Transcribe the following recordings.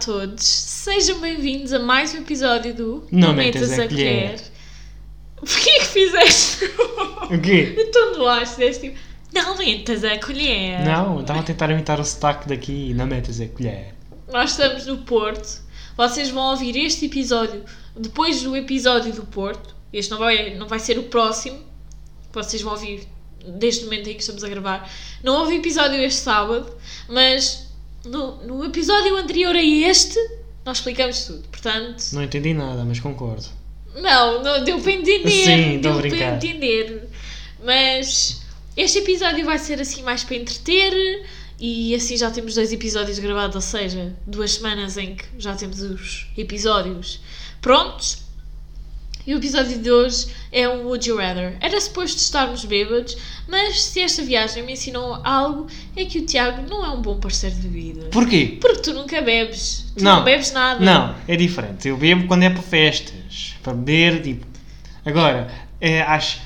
todos, sejam bem-vindos a mais um episódio do Não Metas a Colher. Porquê que fizeste? O quê? o tom do ar fizeste tipo, não metas a colher. Não, estava a tentar imitar o sotaque daqui. Não metas a colher. Nós estamos no Porto, vocês vão ouvir este episódio depois do episódio do Porto, este não vai, não vai ser o próximo, que vocês vão ouvir desde o momento em que estamos a gravar. Não houve episódio este sábado, mas no, no episódio anterior a este, nós explicamos tudo, portanto... Não entendi nada, mas concordo. Não, não deu para entender. Sim, estou deu a para brincar. entender. Mas este episódio vai ser assim mais para entreter e assim já temos dois episódios gravados, ou seja, duas semanas em que já temos os episódios prontos. E o episódio de hoje é um Would You Rather. Era suposto estarmos bêbados, mas se esta viagem me ensinou algo é que o Tiago não é um bom parceiro de bebida. Porquê? Porque tu nunca bebes. Tu não, Não. bebes nada. Não, é diferente. Eu bebo quando é para festas. Para beber, tipo. Agora, é às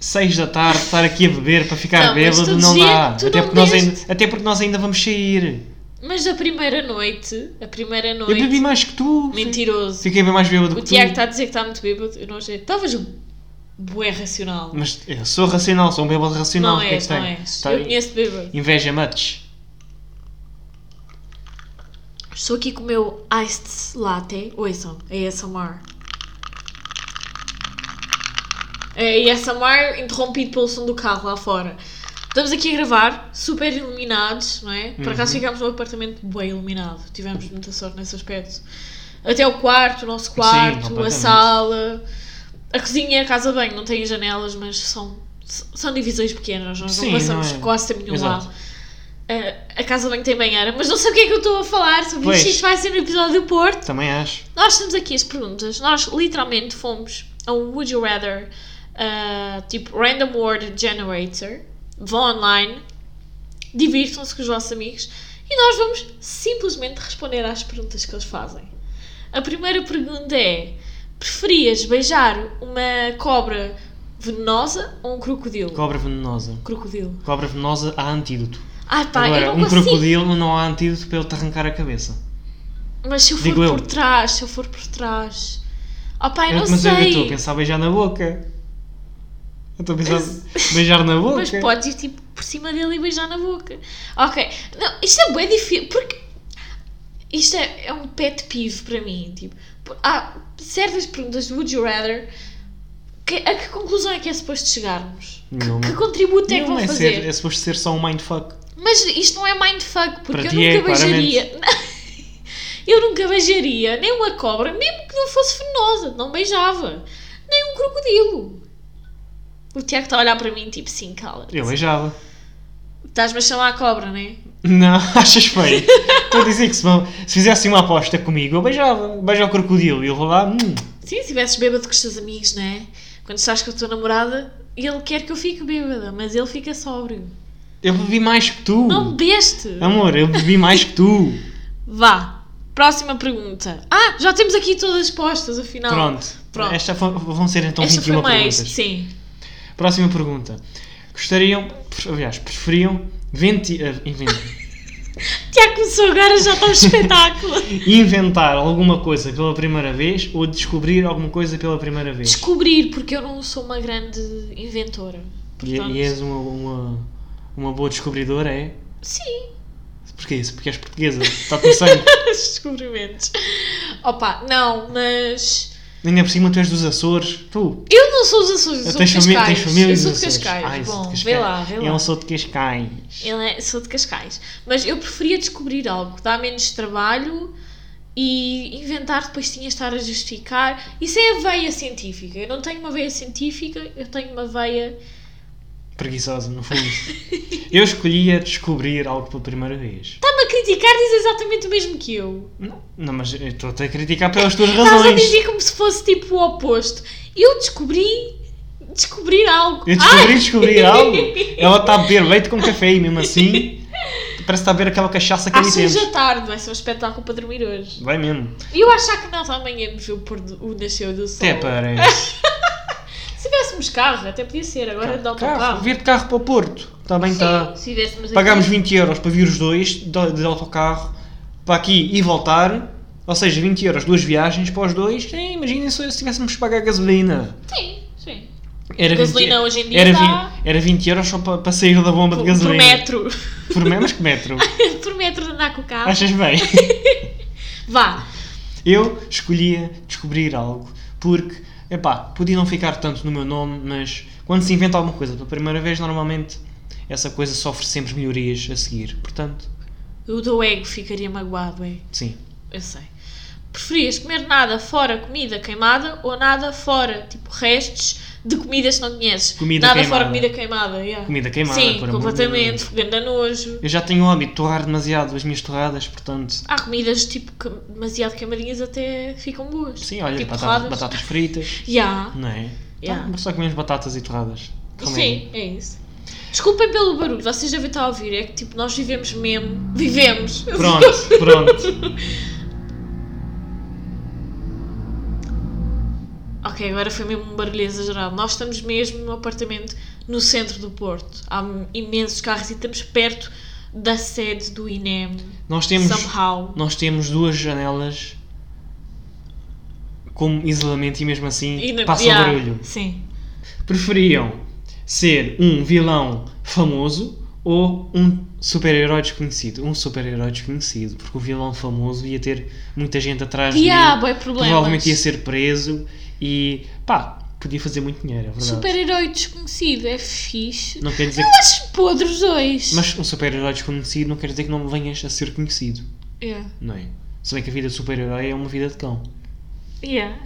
6 da tarde, estar aqui a beber para ficar Não, mas bêbado tu não dizia- dá. tu Até, não porque nós bebeste. ainda, até porque nós ainda vamos sair. Mas a primeira noite, a primeira Eu bebi noite, mais que tu. mentiroso. Fiquei bem mais bêbado O que Tiago tá- está tu. a dizer que está muito bêbado. Eu não sei. Estavas bué racional. Mas eu sou racional, sou um bêbado racional. não o que é és, que tem? não és. Tá- Eu conheço bêbado. Inveja mates. Estou aqui com o meu iced latte. Ouçam, é ASMR. É ASMR interrompido pelo som do carro lá fora. Estamos aqui a gravar, super iluminados, não é? Por Uhum. acaso ficámos num apartamento bem iluminado. Tivemos muita sorte nesse aspecto. Até o quarto, o nosso quarto, a completamente. sala, a cozinha e a casa bem. Não têm janelas, mas são, são divisões pequenas. Nós Sim, não passamos não é? quase a nenhum Exato. lado. A, a casa bem que tem banheira, mas não sei o que é que eu estou a falar sobre Pois. Tá. isto. Isto vai ser no episódio do Porto. Também acho. Nós temos aqui as perguntas. Nós literalmente fomos a um Would You Rather, ah, tipo Random Word Generator. Vão online, divirtam-se com os vossos amigos e nós vamos simplesmente responder às perguntas que eles fazem. A primeira pergunta é: preferias beijar uma cobra venenosa ou um crocodilo? Cobra venenosa. crocodilo. Cobra venenosa há antídoto. Ah, pá, Agora, eu um não consigo. crocodilo não há antídoto para ele te arrancar a cabeça. Mas se eu for Digo eu. por trás, se eu for por trás. Oh pá, eu não mas eu estou a sei. pensar beijar na boca. Eu estou a pensar beijar na boca. Mas podes ir tipo por cima dele e beijar na boca. Ok. Não, isto é bem difícil. Porque isto é, é um pet peeve para mim. Tipo, por- há certas perguntas de Would You Rather. Que, a que conclusão é que é suposto chegarmos? Que, Não, que não. contributo é que não vão é, fazer? ser, é suposto ser só um mindfuck. Mas isto não é mindfuck, porque Para eu ti é, nunca beijaria. eu nunca beijaria nem uma cobra, mesmo que não fosse venenosa, não beijava. Nem um crocodilo. O Tiago está a olhar para mim, tipo, sim, cala. Eu beijava. Estás-me a chamar a cobra, não é? Não, achas feio? Estou a dizer que se, vão- se fizessem uma aposta comigo, eu beijava. Beija o crocodilo e eu vou lá. hum, Sim, se tivesses bêbado com os teus amigos, não é? Quando estás com a tua namorada, ele quer que eu fique bêbada, mas ele fica sóbrio. eu bebi mais que tu. Não bebeste! Amor, eu bebi mais que tu. Vá. Próxima pergunta. Ah, já temos aqui todas postas, afinal. Pronto. Pronto. Esta fo- vão ser então Esta foi 21 uma perguntas. extra, sim. Próxima pergunta. Gostariam, pre- aliás, preferiam venti- eh, inven- Tiago começou agora, já está um espetáculo. inventar alguma coisa pela primeira vez ou descobrir alguma coisa pela primeira vez? Descobrir, porque eu não sou uma grande inventora. E, é- Portanto, e és uma, uma, uma boa descobridora, é? Sim, Porquê isso? Porque és portuguesa. Está-te no sangue. esses descobrimentos. Opa, não, mas. Ainda é por cima tu és dos Açores. Tu. Eu não sou dos Açores, eu sou tens, de Cascais. família, tens família eu dos sou de Açores. Cascais. Ai, sou Bom, de Cascais. É um vê lá, vê lá. Eu não sou de Cascais. Eu é- sou de Cascais. Mas eu preferia descobrir algo, dá menos trabalho e inventar depois tinha de estar a justificar. Isso é a veia científica. Eu não tenho uma veia científica, eu tenho uma veia. Preguiçosa, no fundo. eu escolhia descobrir algo pela primeira vez. Está-me a criticar, diz exatamente o mesmo que eu. Não, não mas eu estou-te a criticar pelas tuas Estás a razões. dizer como se fosse tipo o oposto. Eu descobri. descobrir algo. Eu descobri, descobri algo. Ela está a beber leite com café e mesmo assim parece que está a beber aquela cachaça que Às ali seis temos. da tarde, vai ser um espetáculo para dormir hoje. Vai mesmo. E eu achar que nós amanhã vamos ver o, pôr do, o nascer do sol. Até parece. Se tivéssemos carro, até podia ser, agora de Carro, autocarro. vir de carro para o Porto. Tá Também está. Sim, se tivéssemos aqui- Pagámos 20 euros para vir os dois de, de autocarro para aqui e voltar. Ou seja, 20 euros, duas viagens para os dois. Sim, Imaginem só se tivéssemos que pagar gasolina. Sim, sim. Era Gasolina hoje em dia era, está- 20, era 20 euros só para, para sair da bomba Por, de por gasolina. metro. Por menos que metro. por metro de andar com o carro. Achas bem? Vá. Eu escolhia descobrir algo porque, epá, podia não ficar tanto no meu nome, mas quando se inventa alguma coisa pela primeira vez, normalmente essa coisa sofre sempre melhorias a seguir. Portanto, O do ego ficaria magoado, é? sim. Eu sei. Preferias comer nada fora comida queimada ou nada fora, tipo, restos de comidas que não conheces? Comida nada queimada. fora comida queimada, yeah. Comida queimada, Sim, por amor de completamente. Deus. Ganda nojo. Eu já tenho o hábito de torrar demasiado as minhas torradas, portanto, Há comidas, tipo, que demasiado queimadinhas até ficam boas. sim, olha, tipo, batatas, torradas. batatas fritas, Yeah. não é? Yeah. Tá, só comemos batatas e torradas. Calma aí. Sim, é isso. Desculpem pelo barulho, vocês devem estar a ouvir. É que tipo, nós vivemos mesmo. Vivemos! Pronto, pronto. Ok, agora foi mesmo um barulho exagerado. Nós estamos mesmo num apartamento no centro do Porto. Há imensos carros e estamos perto da sede do INEM. Nós temos, Somehow. nós temos duas janelas com isolamento e mesmo assim E na- passa Yeah, barulho. Sim. preferiam ser um vilão famoso ou um super-herói desconhecido? Um super-herói desconhecido, porque o vilão famoso ia ter muita gente atrás E há dele, bué problemas. provavelmente ia ser preso e pá, podia fazer muito dinheiro, é verdade. Super-herói desconhecido é fixe. Não quer dizer que... Mas podres os dois. Mas um super-herói desconhecido não quer dizer que não venhas a ser conhecido, Yeah. não é? Se bem que a vida de super-herói é uma vida de cão, Yeah.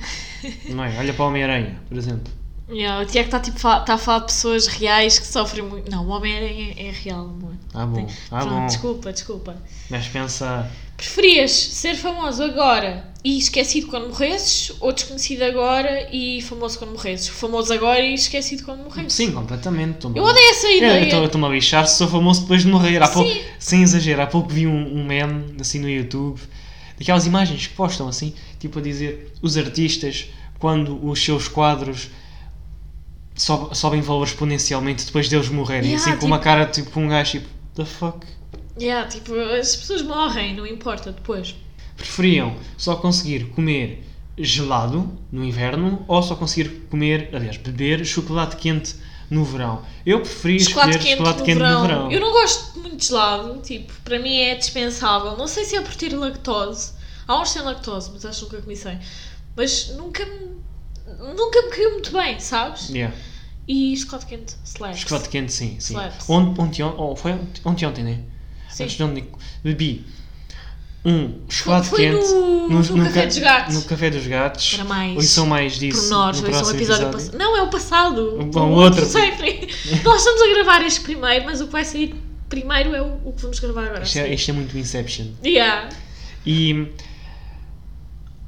não é? Olha para o Homem-Aranha, por exemplo. Yeah, o Tiago está tipo, fa- tá a falar de pessoas reais que sofrem muito. Não, o Homem-Aranha é, é real, amor. Ah bom, ah Pronto, bom. desculpa, desculpa. Mas pensa... Preferias ser famoso agora e esquecido quando morresses ou desconhecido agora e famoso quando morresses? Famoso agora e esquecido quando morresses? Sim, completamente. tô- Eu odeio essa É, Eu ideia. estou- eu estou-me a lixar se sou famoso depois de morrer. é. Há Sim. pouco, sem exagero, há pouco vi um, um meme assim no YouTube daquelas imagens que postam assim, tipo a dizer os artistas quando os seus quadros sob- sobem valor exponencialmente depois deles morrerem. Yeah, assim com uma tipo- cara tipo um gajo tipo, the fuck? Yeah, tipo, as pessoas morrem, não importa depois. Preferiam só conseguir comer gelado no inverno ou só conseguir comer, aliás, beber chocolate quente no verão. Eu preferia Chocolate escolher quente, chocolate no, quente verão. no verão. Eu não gosto muito de gelado, tipo, para mim é dispensável. Não sei se é por ter lactose. Há uns sem lactose, mas acho que nunca comi sem. Mas nunca me. Nunca me caiu muito bem, sabes? Yeah. E chocolate quente, slaps. Chocolate quente, sim. sim. Slaps. Ontem, ontem, on- oh, foi ontem, ontem, ontem, né? Sim. Antes de ontem, bebi um chocolate Foi quente no- no Café ca- dos Gatos. No Café dos Gatos. Para mais. Ou são mais disso. por nós, no vai ser um próximo episódio, episódio. passado. Não, é o passado. Um- O um outro. Sempre. nós estamos a gravar este primeiro, mas o que vai sair primeiro é o, o que vamos gravar agora. Isto é, isto é muito Inception. Yeah. E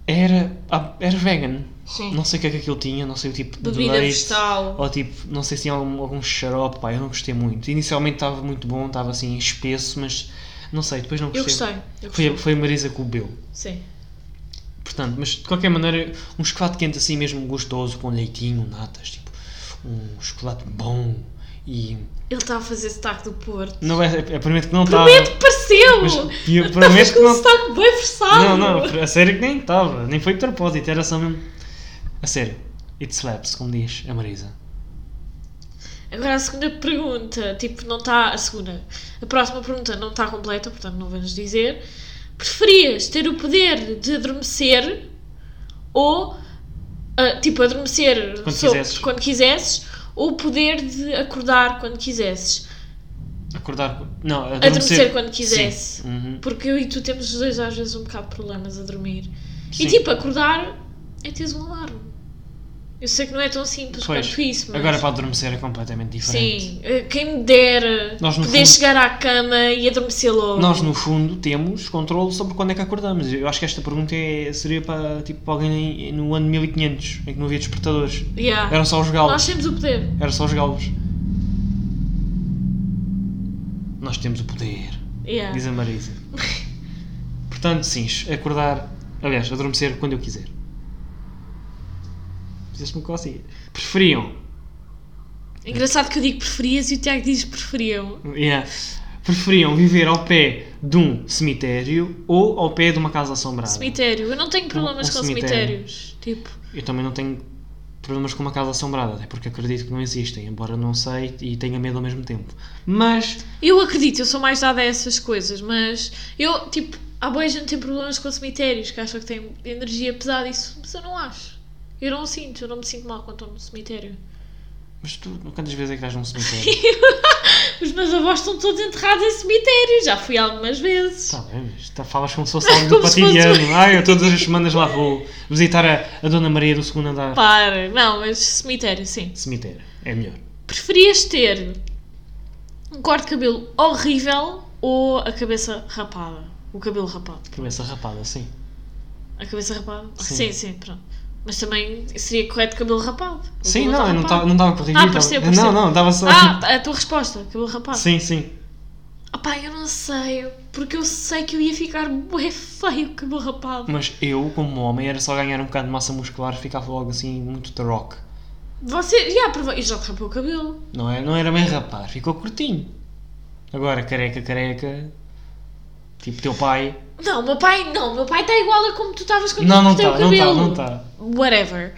era, ah, era vegan. Sim. Não sei o que é que aquilo tinha, não sei o tipo de Bebida leite, vegetal. Ou tipo, não sei se tinha algum, algum xarope, pá, eu não gostei muito. Inicialmente estava muito bom, estava assim espesso, mas não sei, depois não Eu gostei. gostei. Eu gostei. Foi, foi a Marisa que o bebeu. Sim. Portanto, mas de qualquer maneira, um chocolate quente assim mesmo gostoso, com leitinho, natas, tipo, um chocolate bom e. Ele está a fazer sotaque do Porto. Não é, é, prometo que não estava. Prometo que pareceu! Mas Ele pior- estava prometo que com um não. sotaque bem versado. Não, não, a sério que nem estava, nem foi de propósito, era só mesmo. A sério, it slaps, como diz a Marisa. Agora a segunda pergunta, tipo, não está. A segunda. A próxima pergunta não está completa, portanto não vamos dizer. Preferias ter o poder de adormecer ou. ah, tipo, adormecer Quando sob- quisesses. quando quisesses ou o poder de acordar quando quisesses? Acordar. Não, adormecer. Adormecer quando quisesse. Sim. Uhum. Porque eu e tu temos os dois às vezes um bocado de problemas a dormir. Sim. E tipo, acordar é teres um alarme. Eu sei que não é tão simples Pois, quanto isso, mas. agora para adormecer é completamente diferente. Sim, eh, quem me dera Nós, no poder fundo- chegar à cama e adormecer logo. Nós, no fundo, temos controle sobre quando é que acordamos. Eu acho que esta pergunta é- seria para, tipo, para alguém no ano 1500, em que não havia despertadores. Yeah. Eram só os Nós galos. temos o poder. Eram só os galos. Nós temos o poder, Yeah. diz a Marisa. Portanto, sim, acordar. Aliás, adormecer quando eu quiser. Fizeste-me coceira. Preferiam É Engraçado que eu digo preferias e o Tiago diz preferiam. Yeah. preferiam viver ao pé de um cemitério ou ao pé de uma casa assombrada. Cemitério. Eu não tenho problemas um com Ah. cemitério. cemitérios. Tipo, Eu também não tenho problemas com uma casa assombrada, até porque acredito que não existem, embora não sei e tenha medo ao mesmo tempo. Mas eu acredito, eu sou mais dada a essas coisas, mas eu, tipo, há boa gente que tem problemas com cemitérios, que acha que tem energia pesada, isso, mas eu não acho. Eu não sinto, eu não me sinto mal quando estou no cemitério. Mas tu, quantas vezes é que vais num cemitério? Os meus avós estão todos enterrados em cemitérios, já fui algumas vezes. Está bem, mas tá- falas como se fosse algo do Como se fosse- um cotidiano. Ai, eu todas as semanas lá vou visitar a, a Dona Maria do segundo andar. Para, não, mas cemitério, sim. Cemitério, é melhor. Preferias ter um corte de cabelo horrível ou a cabeça rapada? O cabelo rapado. Cabeça rapada, sim. A cabeça rapada? Sim, Sim. sim, pronto. Mas também seria correto cabelo rapado. O Sim, cabelo não, eu rapado. não estava não tava a corrigir. tá Ah, tava- pareceu, Não, pareceu. não, estava só. tipo, Ah, a tua resposta, cabelo rapado. Sim, sim. Opá, eu não sei, porque eu sei que eu ia ficar bué feio com cabelo rapado. Mas eu, como homem, era só ganhar um bocado de massa muscular, ficava logo assim muito the rock. Você, já, prova- e já te rapou o cabelo. Não, é, não era bem rapar, ficou curtinho. Agora, careca, careca. Tipo teu pai. Não, meu pai, não, meu pai está igual a como tu estavas quando Não, eu não cortei está, o não está, cabelo. não tá. está. Whatever.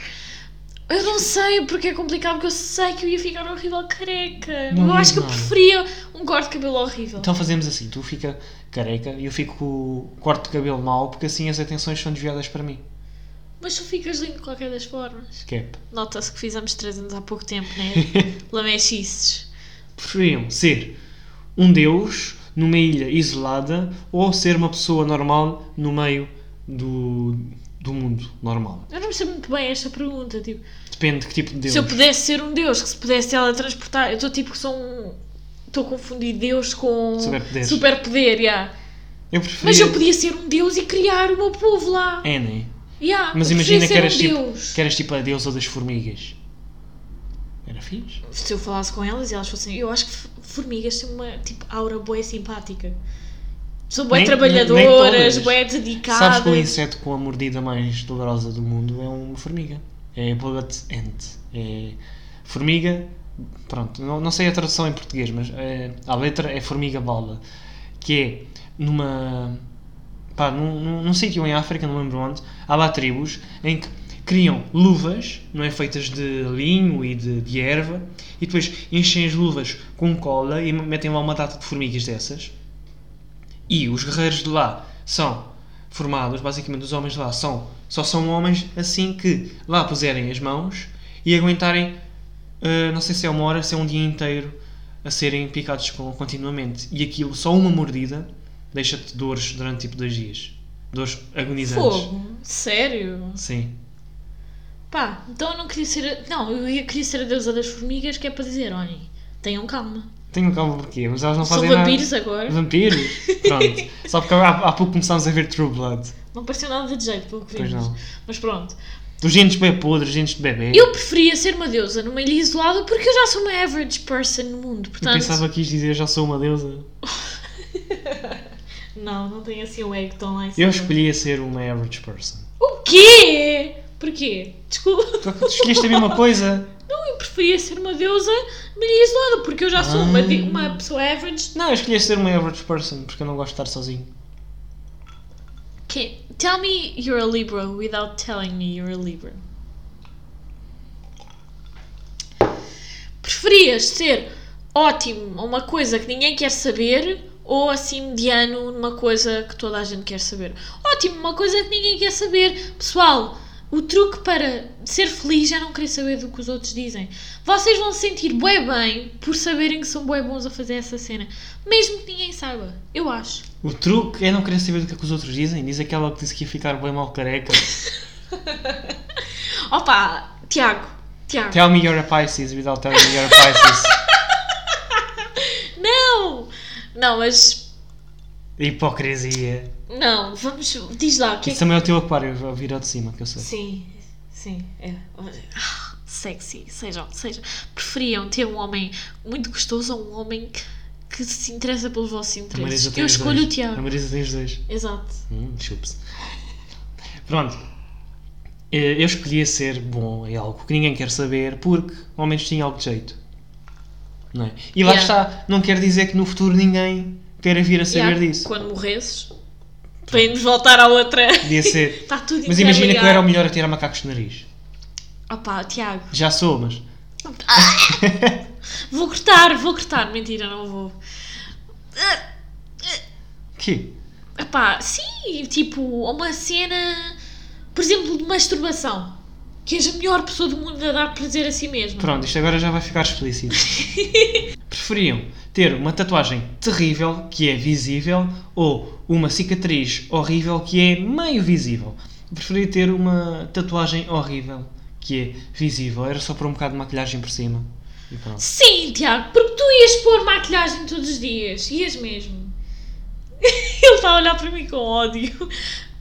Eu não sei porque é complicado, porque eu sei que eu ia ficar horrível careca. Não eu diz acho que eu nada. preferia um corte de cabelo horrível. Então fazemos assim, tu fica careca e eu fico com o corte de cabelo mau porque assim as atenções são desviadas para mim. Mas tu ficas lindo de qualquer das formas. Cap. Nota-se que fizemos três anos há pouco tempo, né? Lamechices. Preferiam ser um deus numa ilha isolada ou ser uma pessoa normal no meio do, do mundo normal? Eu não percebo muito bem esta pergunta. Tipo, Depende de que tipo de deus. se eu pudesse ser um deus, que se pudesse teletransportar, eu estou tipo, sou um. Estou a confundir Deus com. Superpoderes. Superpoder, yeah. Eu preferia... Mas eu podia ser um deus e criar o meu povo lá. É, né? Yeah, Mas eu preferia imagina que ser eras, um tipo, deus. que eras tipo a deusa das formigas. Era fixe? se eu falasse com elas e elas fossem. Eu acho que f- formigas têm uma tipo, aura boa simpática. São boé Nem- nem trabalhadoras, todas. boé Sabes dedicadas. que o inseto com a mordida mais dolorosa do mundo é uma formiga. É bullet ant. É formiga. Pronto, não, não sei a tradução em português, mas é, a letra é formiga bala. Que é numa. Pá, num, num, num sítio em África, não lembro onde, há lá tribos em que criam luvas, não é? Feitas de linho e de, de erva, e depois enchem as luvas com cola e metem lá uma data de formigas dessas. E os guerreiros de lá são formados, basicamente os homens de lá são, só são homens assim que lá puserem as mãos e aguentarem, ah, não sei se é uma hora, se é um dia inteiro, a serem picados com- continuamente. E aquilo, só uma mordida, deixa-te dores durante tipo dois dias. Dores agonizantes. Fogo. Sério? Sim. Pá, então eu não queria ser. a- Não, eu ia- queria ser a deusa das formigas, que é para dizer: olhem, tenham calma. Tenho calma porquê, mas elas não São fazem vampiros é? nada. agora. Vampiros? Pronto. só porque há, há pouco começámos a ver True Blood. Não pareceu nada de jeito, pelo que Pois vimos. não. É. Mas pronto. Dos dentes bem podres, dentes de bebê. Eu preferia ser uma deusa numa ilha isolada porque eu já sou uma average person no mundo. Eu Portanto, pensava que ias dizer já sou uma deusa. não, não tenho assim o ego tão lá em cima. Eu escolhia ser uma average person. O quê? Porquê? Desculpa. Tu tu escolheste a mesma coisa? Não, eu preferia ser uma deusa meio isolada, porque eu já sou uma, di- Ah. uma pessoa average. Não, eu escolhi ser uma average person porque eu não gosto de estar sozinho. Que, tell me you're a Libra without telling me you're a Libra. Preferias ser ótimo a uma coisa que ninguém quer saber ou assim mediano numa coisa que toda a gente quer saber? Ótimo, uma coisa que ninguém quer saber. Pessoal, o truque para ser feliz é não querer saber do que os outros dizem. Vocês vão se sentir bué bem por saberem que são bué bons a fazer essa cena, mesmo que ninguém saiba. Eu acho. O truque é não querer saber do que, é que os outros dizem. Diz aquela que disse que ia ficar bem mal careca. Opa, Tiago, Tiago. Tell me you're a Pisces without telling me you're a Pisces. Não! Não, mas. Hipocrisia. Não, vamos. Diz lá o que é Isso também é o teu aquário, eu virou de cima, que eu que. sei. Sim, sim. É. Ah, Sexy, sejam, sejam. Preferiam ter um homem muito gostoso ou um homem que- que se interessa pelos vossos A Marisa interesses? tem Eu os escolho o dois. A Tiago. Marisa tem os dois. Exato. Hum, chupa-se. Pronto. Eh, Eu escolhia ser bom em algo que ninguém quer saber porque ao menos tinha algo de jeito. Não é? E lá Yeah. está, não quer dizer que no futuro ninguém queira vir a saber Yeah, disso. Quando morresses, para irmos voltar à outra. Podia ser. Está tudo Mas imagina que eu era um interligado. o melhor a tirar macacos de nariz. Opa, Tiago. Já sou, mas. Vou cortar, vou cortar. Mentira, não vou. Que? Epá, sim, tipo, uma cena, por exemplo, de masturbação. Que és a melhor pessoa do mundo a dar prazer a si mesmo. Pronto, isto agora já vai ficar explícito. Preferiam ter uma tatuagem terrível, que é visível, ou uma cicatriz horrível, que é meio visível? Preferia ter uma tatuagem horrível, que é visível. Era só por um bocado de maquilhagem por cima. E pronto. Sim, Tiago, porque tu ias pôr maquilhagem todos os dias. Ias mesmo. Ele está a olhar para mim com ódio.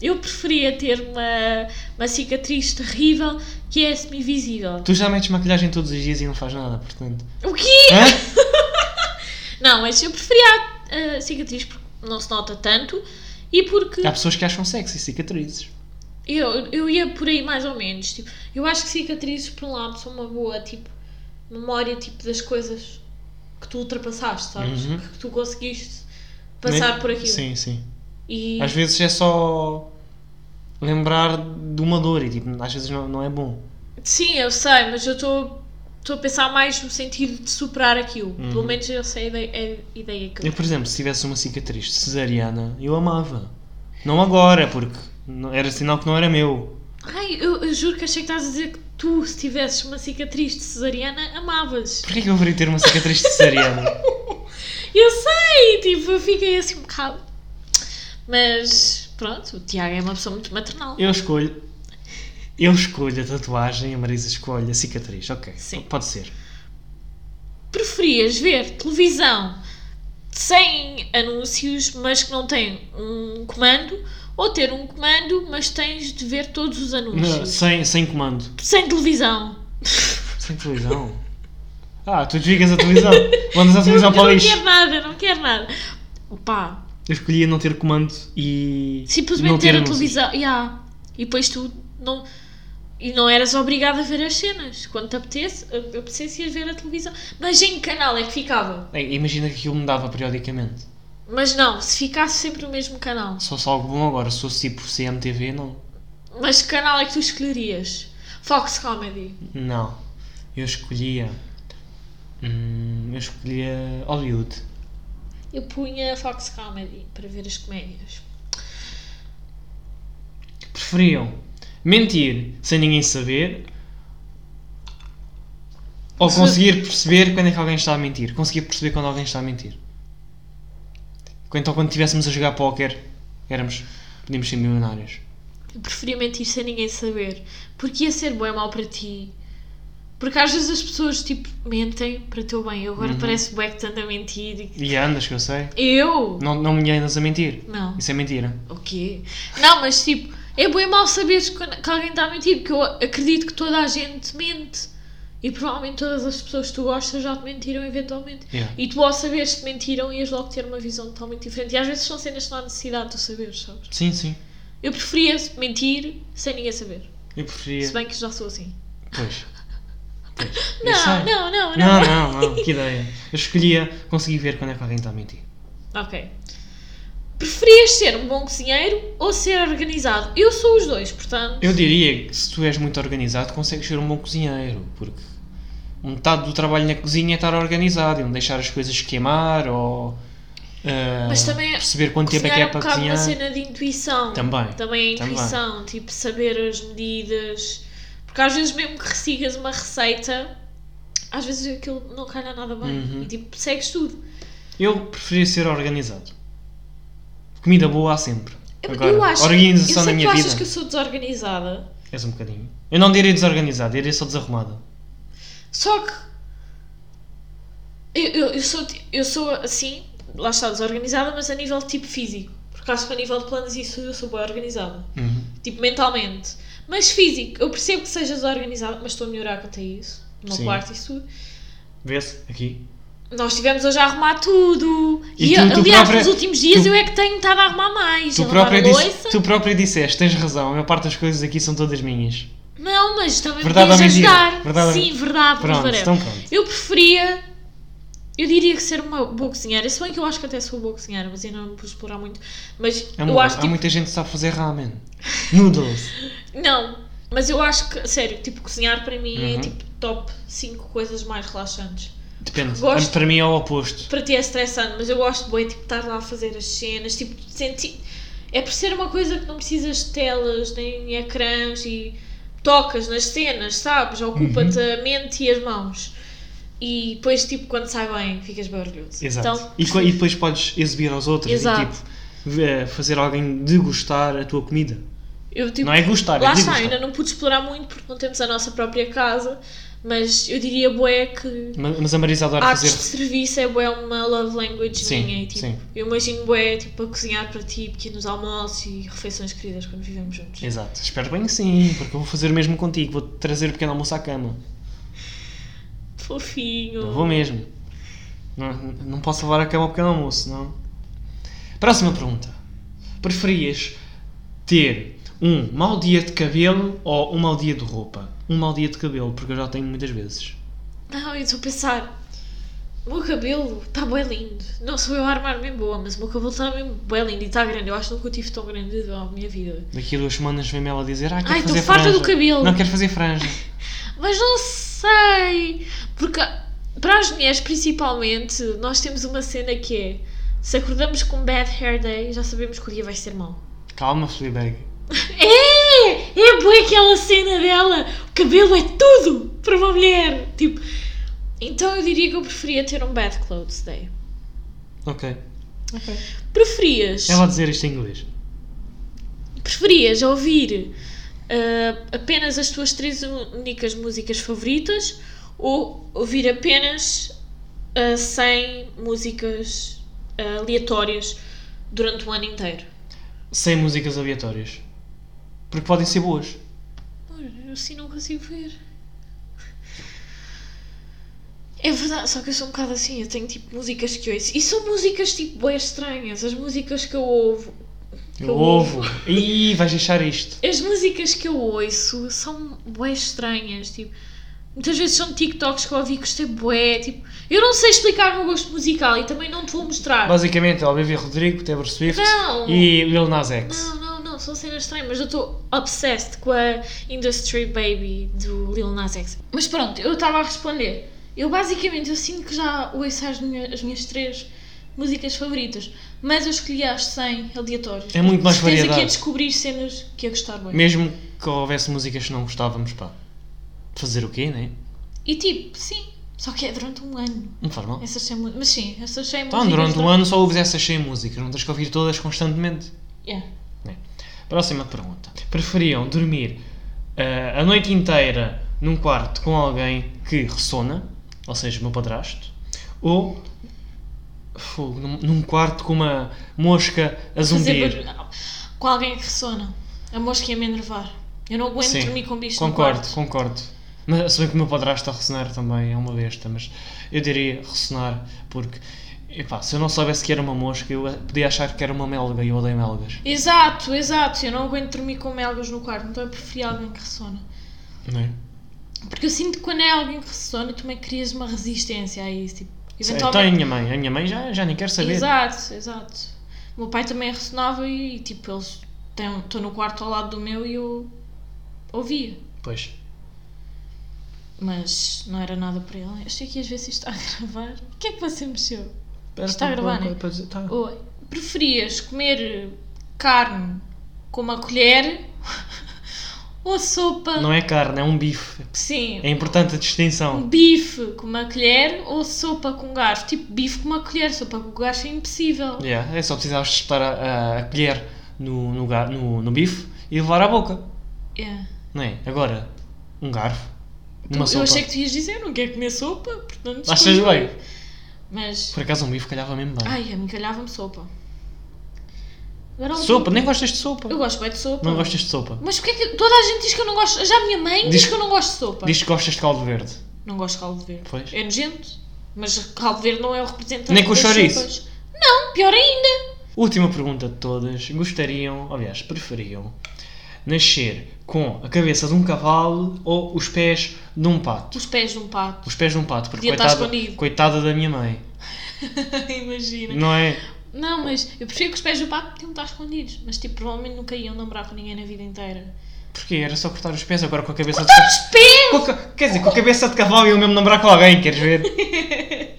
Eu preferia ter uma, uma cicatriz terrível que é semi-visível. Tu já metes maquilhagem todos os dias e não faz nada, portanto. O quê? Hã? Não, mas eu preferia a, a cicatriz porque não se nota tanto e porque. Há pessoas que acham sexy cicatrizes. Eu, eu ia por aí mais ou menos. Tipo, eu acho que cicatrizes, por um lado, são uma boa tipo, memória tipo, das coisas que tu ultrapassaste, sabes? Uhum. Que tu conseguiste passar Né? por aquilo. Sim, sim. E Às vezes é só lembrar de uma dor e tipo, às vezes não, não é bom. Sim, eu sei, mas eu estou a pensar mais no sentido de superar aquilo. Uhum. Pelo menos eu sei a ideia, é a ideia que Eu, por exemplo, se tivesse uma cicatriz cesariana, eu amava. Não agora, porque não- era sinal que não era meu. Ai, eu, eu juro que achei que estás a dizer que tu, se tivesses uma cicatriz de cesariana, amavas. Porquê que eu deveria ter uma cicatriz cesariana? Eu sei, tipo, eu fiquei assim um bocado. Mas pronto, o Tiago é uma pessoa muito maternal. Eu escolho. Eu escolho a tatuagem, a Marisa escolhe a cicatriz. Ok. Sim. Pode ser. Preferias ver televisão sem anúncios, mas que não tem um comando, ou ter um comando, mas tens de ver todos os Não, anúncios? sem, sem comando. Sem televisão. Sem televisão. Ah, tu desligas a televisão. Mandas a televisão eu para o não lixo. quero nada, não quero nada. Pá, Eu escolhia não ter comando e. simplesmente não ter a anúncios. televisão. Yeah. E depois tu não. E não eras obrigado a ver as cenas. Quando te apetece, apetecesse ias ver a televisão. Mas em que canal é que ficava? Ei, Imagina que aquilo mudava periodicamente. Mas não, se ficasse sempre no mesmo canal. Se fosse algo bom agora, se fosse tipo CMTV, não. Mas que canal é que tu escolherias? Fox Comedy. Não. Eu escolhia. Hum, eu escolhia Hollywood. Eu punha Fox Comedy para ver as comédias. Preferiam mentir sem ninguém saber ou Se- conseguir perceber quando é que alguém está a mentir? Conseguir perceber quando alguém está a mentir. Então, quando estivéssemos a jogar póquer, éramos. podíamos ser milionários. Eu preferia mentir sem ninguém saber. Porque ia ser bom e mau para ti. Porque às vezes as pessoas, tipo, mentem para o teu bem. Eu agora parece bué que tanto a mentir. e- E andas, que eu sei. Eu? Não, não me andas a mentir. Não. Isso é mentira. O quê? Não, mas tipo, é bom e mau saberes quando- que alguém está a mentir. Porque eu acredito que toda a gente mente. E provavelmente todas as pessoas que tu gostas já te mentiram eventualmente. Yeah. E tu ao saberes que mentiram ias logo ter uma visão totalmente diferente. E às vezes são cenas que não há necessidade de tu saberes, sabes? Sim, sim. Eu preferia mentir sem ninguém saber. Eu preferia. Se bem que já sou assim. Pois. Pois. Eu Não, sei. não, não, É Não, não, não, não, que ideia. Eu escolhia conseguir ver quando é que alguém está a mentir. Ok. Preferias ser um bom cozinheiro ou ser organizado? Eu sou os dois, portanto. Eu diria que se tu és muito organizado, consegues ser um bom cozinheiro, porque metade do trabalho na cozinha é estar organizado e não deixar as coisas queimar ou ah, Mas também perceber quanto tempo é cozinhar que é um para bocado uma cozinhar. cena de intuição. Também, Também é também. intuição, tipo saber as medidas. Porque às vezes, mesmo que sigas uma receita, às vezes aquilo não cai nada bem. Uhum. E tipo, segues tudo. Eu preferia ser organizado. Comida boa há sempre. Eu- Agora, eu acho. organização eu da sei que minha tu vida. achas que eu sou desorganizada. És um bocadinho. Eu não diria desorganizado, diria só desarrumada. Só que eu, eu, eu sou, ti- eu sou assim, lá está desorganizada, mas a nível de tipo físico. Porque acho que a nível de planos e isso eu sou bem organizada. Uhum. Tipo mentalmente. Mas físico, eu percebo que seja desorganizada, mas estou a melhorar quanto a isso. No meu Sim. quarto e isso tudo. Vê-se aqui. Nós estivemos hoje a arrumar tudo. E E, tu- eu- tu aliás, própria- nos últimos dias tu- eu é que tenho estado a arrumar mais. Tu a lavar própria, louça. disse, tu própria disseste, tens razão, a maior parte das coisas aqui são todas minhas. Não, mas também Verdade podias ou mentira? ajudar. Verdade ou- Sim, verdade, Pronto, whatever. então pronto. Eu preferia Eu diria que ser uma boa cozinheira, se bem que eu acho que até sou boa cozinheira, mas ainda não me pus a explorar muito. Mas Amor, eu acho É há tipo, muita gente que sabe fazer ramen. Noodles. Não, mas eu acho que, sério, tipo, cozinhar para mim é Uhum. tipo top 5 coisas mais relaxantes. Depende. Gosto. Para mim é o oposto. Para ti é estressante, mas eu gosto bem, tipo, estar lá a fazer as cenas, tipo, sentir. É por ser uma coisa que não precisas de telas, nem ecrãs e tocas nas cenas, sabes? Ocupa-te Uhum. a mente e as mãos. E depois, tipo, quando sai bem, ficas bem orgulhoso. Exato. Então, e, co- e depois podes exibir aos outros Exato. e tipo v- fazer alguém degustar a tua comida. eu, tipo, não é gostar, Lá é está, degustar. ainda não pude explorar muito porque não temos a nossa própria casa, mas eu diria bué que Ma- Mas a Marisa adora atos de fazer. serviço é bué uma love language Sim, minha. E, tipo, sim. Eu imagino bué tipo, a cozinhar para ti pequenos almoços e refeições queridas quando vivemos juntos. Exato. Espero bem que sim, porque eu vou fazer o mesmo contigo. Vou trazer o pequeno almoço à cama. Fofinho. Eu vou mesmo. Não, não posso levar à cama o pequeno almoço, não. Próxima pergunta. Preferias ter um mau dia de cabelo ou um mau dia de roupa? Um mau dia de cabelo, porque eu já tenho muitas vezes. Não, eu estou a pensar. O meu cabelo está bué lindo. Não sou eu a armar bem boa, mas o meu cabelo está mesmo bué lindo e está grande. Eu acho que nunca o tive tão grande na minha vida. Daqui a duas semanas vem-me ela dizer: Ah, quero Ai, estou fazer farta do franja. cabelo. Não quero fazer franja. Mas não sei! Porque para as mulheres, principalmente, nós temos uma cena que é: se acordamos com um bad hair day, já sabemos que o dia vai ser mau. Calma, Fleabag. É! É boa aquela cena dela! O cabelo é tudo para uma mulher! Tipo. Então eu diria que eu preferia ter um bad clothes day. Ok. Ok. Preferias. Ela dizer isto em inglês. Preferias ouvir ah, apenas as tuas três únicas músicas favoritas ou ouvir apenas ah, 100 músicas ah, aleatórias durante o ano inteiro? Sem músicas aleatórias. Porque podem ser boas. Olha, Eu assim não consigo ver. É verdade, só que eu sou um bocado assim, eu tenho tipo músicas que ouço. E são músicas tipo bem estranhas, as músicas que eu ouvo. Que eu Eu ovo. Ih, vais deixar isto. As músicas que eu ouço são bué estranhas, tipo... Muitas vezes são TikToks que eu ouvi e gostei bué, tipo... Eu não sei explicar o meu gosto musical e também não te vou mostrar. Basicamente, é Olivia Rodrigo, Taylor Swift Não. e Lil Nas X. Não, não, não, são cenas estranhas, mas eu estou obsessed com a Industry Baby do Lil Nas X. Mas pronto, eu estava a responder. Eu basicamente, eu sinto que já ouço as minhas, as minhas três músicas favoritas, mas eu escolhi as 100 aleatórias. É muito mais Certeza que variedade. ia descobrir cenas que ia gostar bem. Mesmo que houvesse músicas que não gostávamos, pá. Fazer o quê, né? E tipo, sim, só que é durante um ano. Não faz mal. Essas 100 músicas. Mas sim, essas 100 Então, músicas. durante um ano só ouves essas 100 músicas, não tens que ouvir todas constantemente. Yeah. Próxima pergunta. Preferiam dormir ah, a noite inteira num quarto com alguém que ressona, ou seja, o meu padrasto, ou fogo, num, num quarto com uma mosca a Fazer zumbir? barulho. Com alguém que ressona. A mosca ia-me enervar. Eu não aguento Sim, dormir com bicho no Concordo, quarto. concordo. Mas se bem que o meu padrasto a ressonar também é uma besta, mas eu diria ressonar porque, epá, se eu não soubesse que era uma mosca, eu podia achar que era uma melga e eu odeio melgas. Exato, exato. Eu não aguento dormir com melgas no quarto, então eu preferi alguém que ressona. Não é? Porque eu sinto que quando é alguém que ressona, tu também crias uma resistência a isso. Tipo, Então é a minha mãe, a minha mãe já, já nem quer saber. Exato, exato. O meu pai também ressonava e, tipo, eles estão no quarto ao lado do meu e eu ouvia. Pois. Mas não era nada para ele. Eu sei que às vezes isto está a gravar. O que é que você mexeu? Está a gravar, né? Está. Oi. Preferias comer carne com uma colher ou sopa? Não é carne, é um bife. Sim. É importante a Um distinção. bife com uma colher ou sopa com garfo? Tipo, bife com uma colher, sopa com garfo é impossível. Yeah, é só precisavas de estar a, a colher no, no, ga- no, no bife e levar à boca. É. Não é? Agora, um garfo, uma eu sopa. achei que tu ias dizer, eu não quero comer sopa, portanto. Achas escolhi bem? bife. Mas. Por acaso um bife calhava mesmo bem. Ai, a mim calhava-me sopa. Agora, um sopa, bife. nem gostas de sopa. Eu gosto bem de sopa. Não gostas de sopa. Mas porquê que toda a gente diz que eu não gosto? Já a minha mãe diz, Diz- que eu não gosto de sopa. Diz que gostas de caldo verde. Não gosto de caldo verde. Pois. É nojento. Mas caldo verde não é o representante Nem com das chouriço? sopas. Não, pior ainda. Última pergunta de todas. Gostariam, aliás, preferiam, nascer com a cabeça de um cavalo ou os pés de um pato? Os pés de um pato. Os pés de um pato, porque Podia estar coitada, escondido. coitada da minha mãe. Imagina. Não é? Não, mas eu prefiro que os pés do pato tinham de estar escondidos. Mas tipo, provavelmente nunca iam namorar com ninguém na vida inteira. Porquê? Era só cortar os pés agora com a cabeça de cavalo. Os pés! Com a ca- Quer dizer, com a cabeça de cavalo iam mesmo namorar com alguém, queres ver?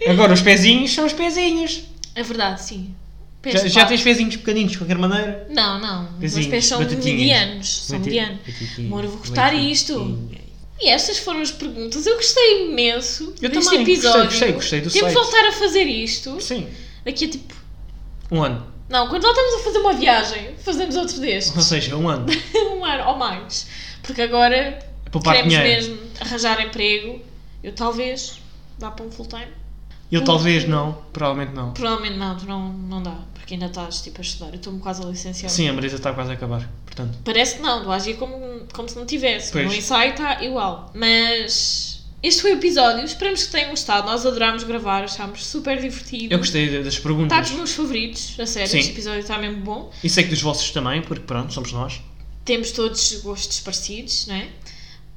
Agora os pezinhos são os pezinhos. É verdade, sim. Pés Já, do já pato. tens pezinhos pequeninos, de qualquer maneira. Não, não. Os meus Pezinhos, pés são batatinhas. medianos. São medianos. um Amor, eu vou cortar isto. E estas foram as perguntas. Eu gostei imenso Eu deste também, gostei, episódio. gostei, gostei do Temos de site. voltar a fazer isto. Sim. Daqui a tipo. Um ano. Não, quando voltamos a fazer uma viagem, fazemos outro destes. Ou seja, um ano. É um ano ou mais. Porque agora Poupar queremos dinheiro. mesmo arranjar emprego. Eu talvez dá para um full time. Um Eu talvez não, provavelmente não. Provavelmente não, tu não, não dá, porque ainda estás tipo a estudar. Eu estou-me quase a licenciar. Sim, é. a Marisa está quase a acabar, portanto. Parece que não, tu agir como, como se não tivesse. Pois. No ensaio está igual. Mas este foi o episódio, esperamos que tenham gostado. Nós adorámos gravar, achámos super divertido. Eu gostei de- das Está dos perguntas. meus favoritos, a sério, Sim. este episódio está mesmo bom. E sei que dos vossos também, porque pronto, somos nós. Temos todos gostos parecidos, não é?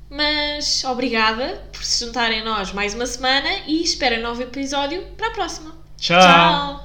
Mas obrigada por se juntarem a nós mais uma semana e espero um novo episódio para a próxima. Tchau. Tchau.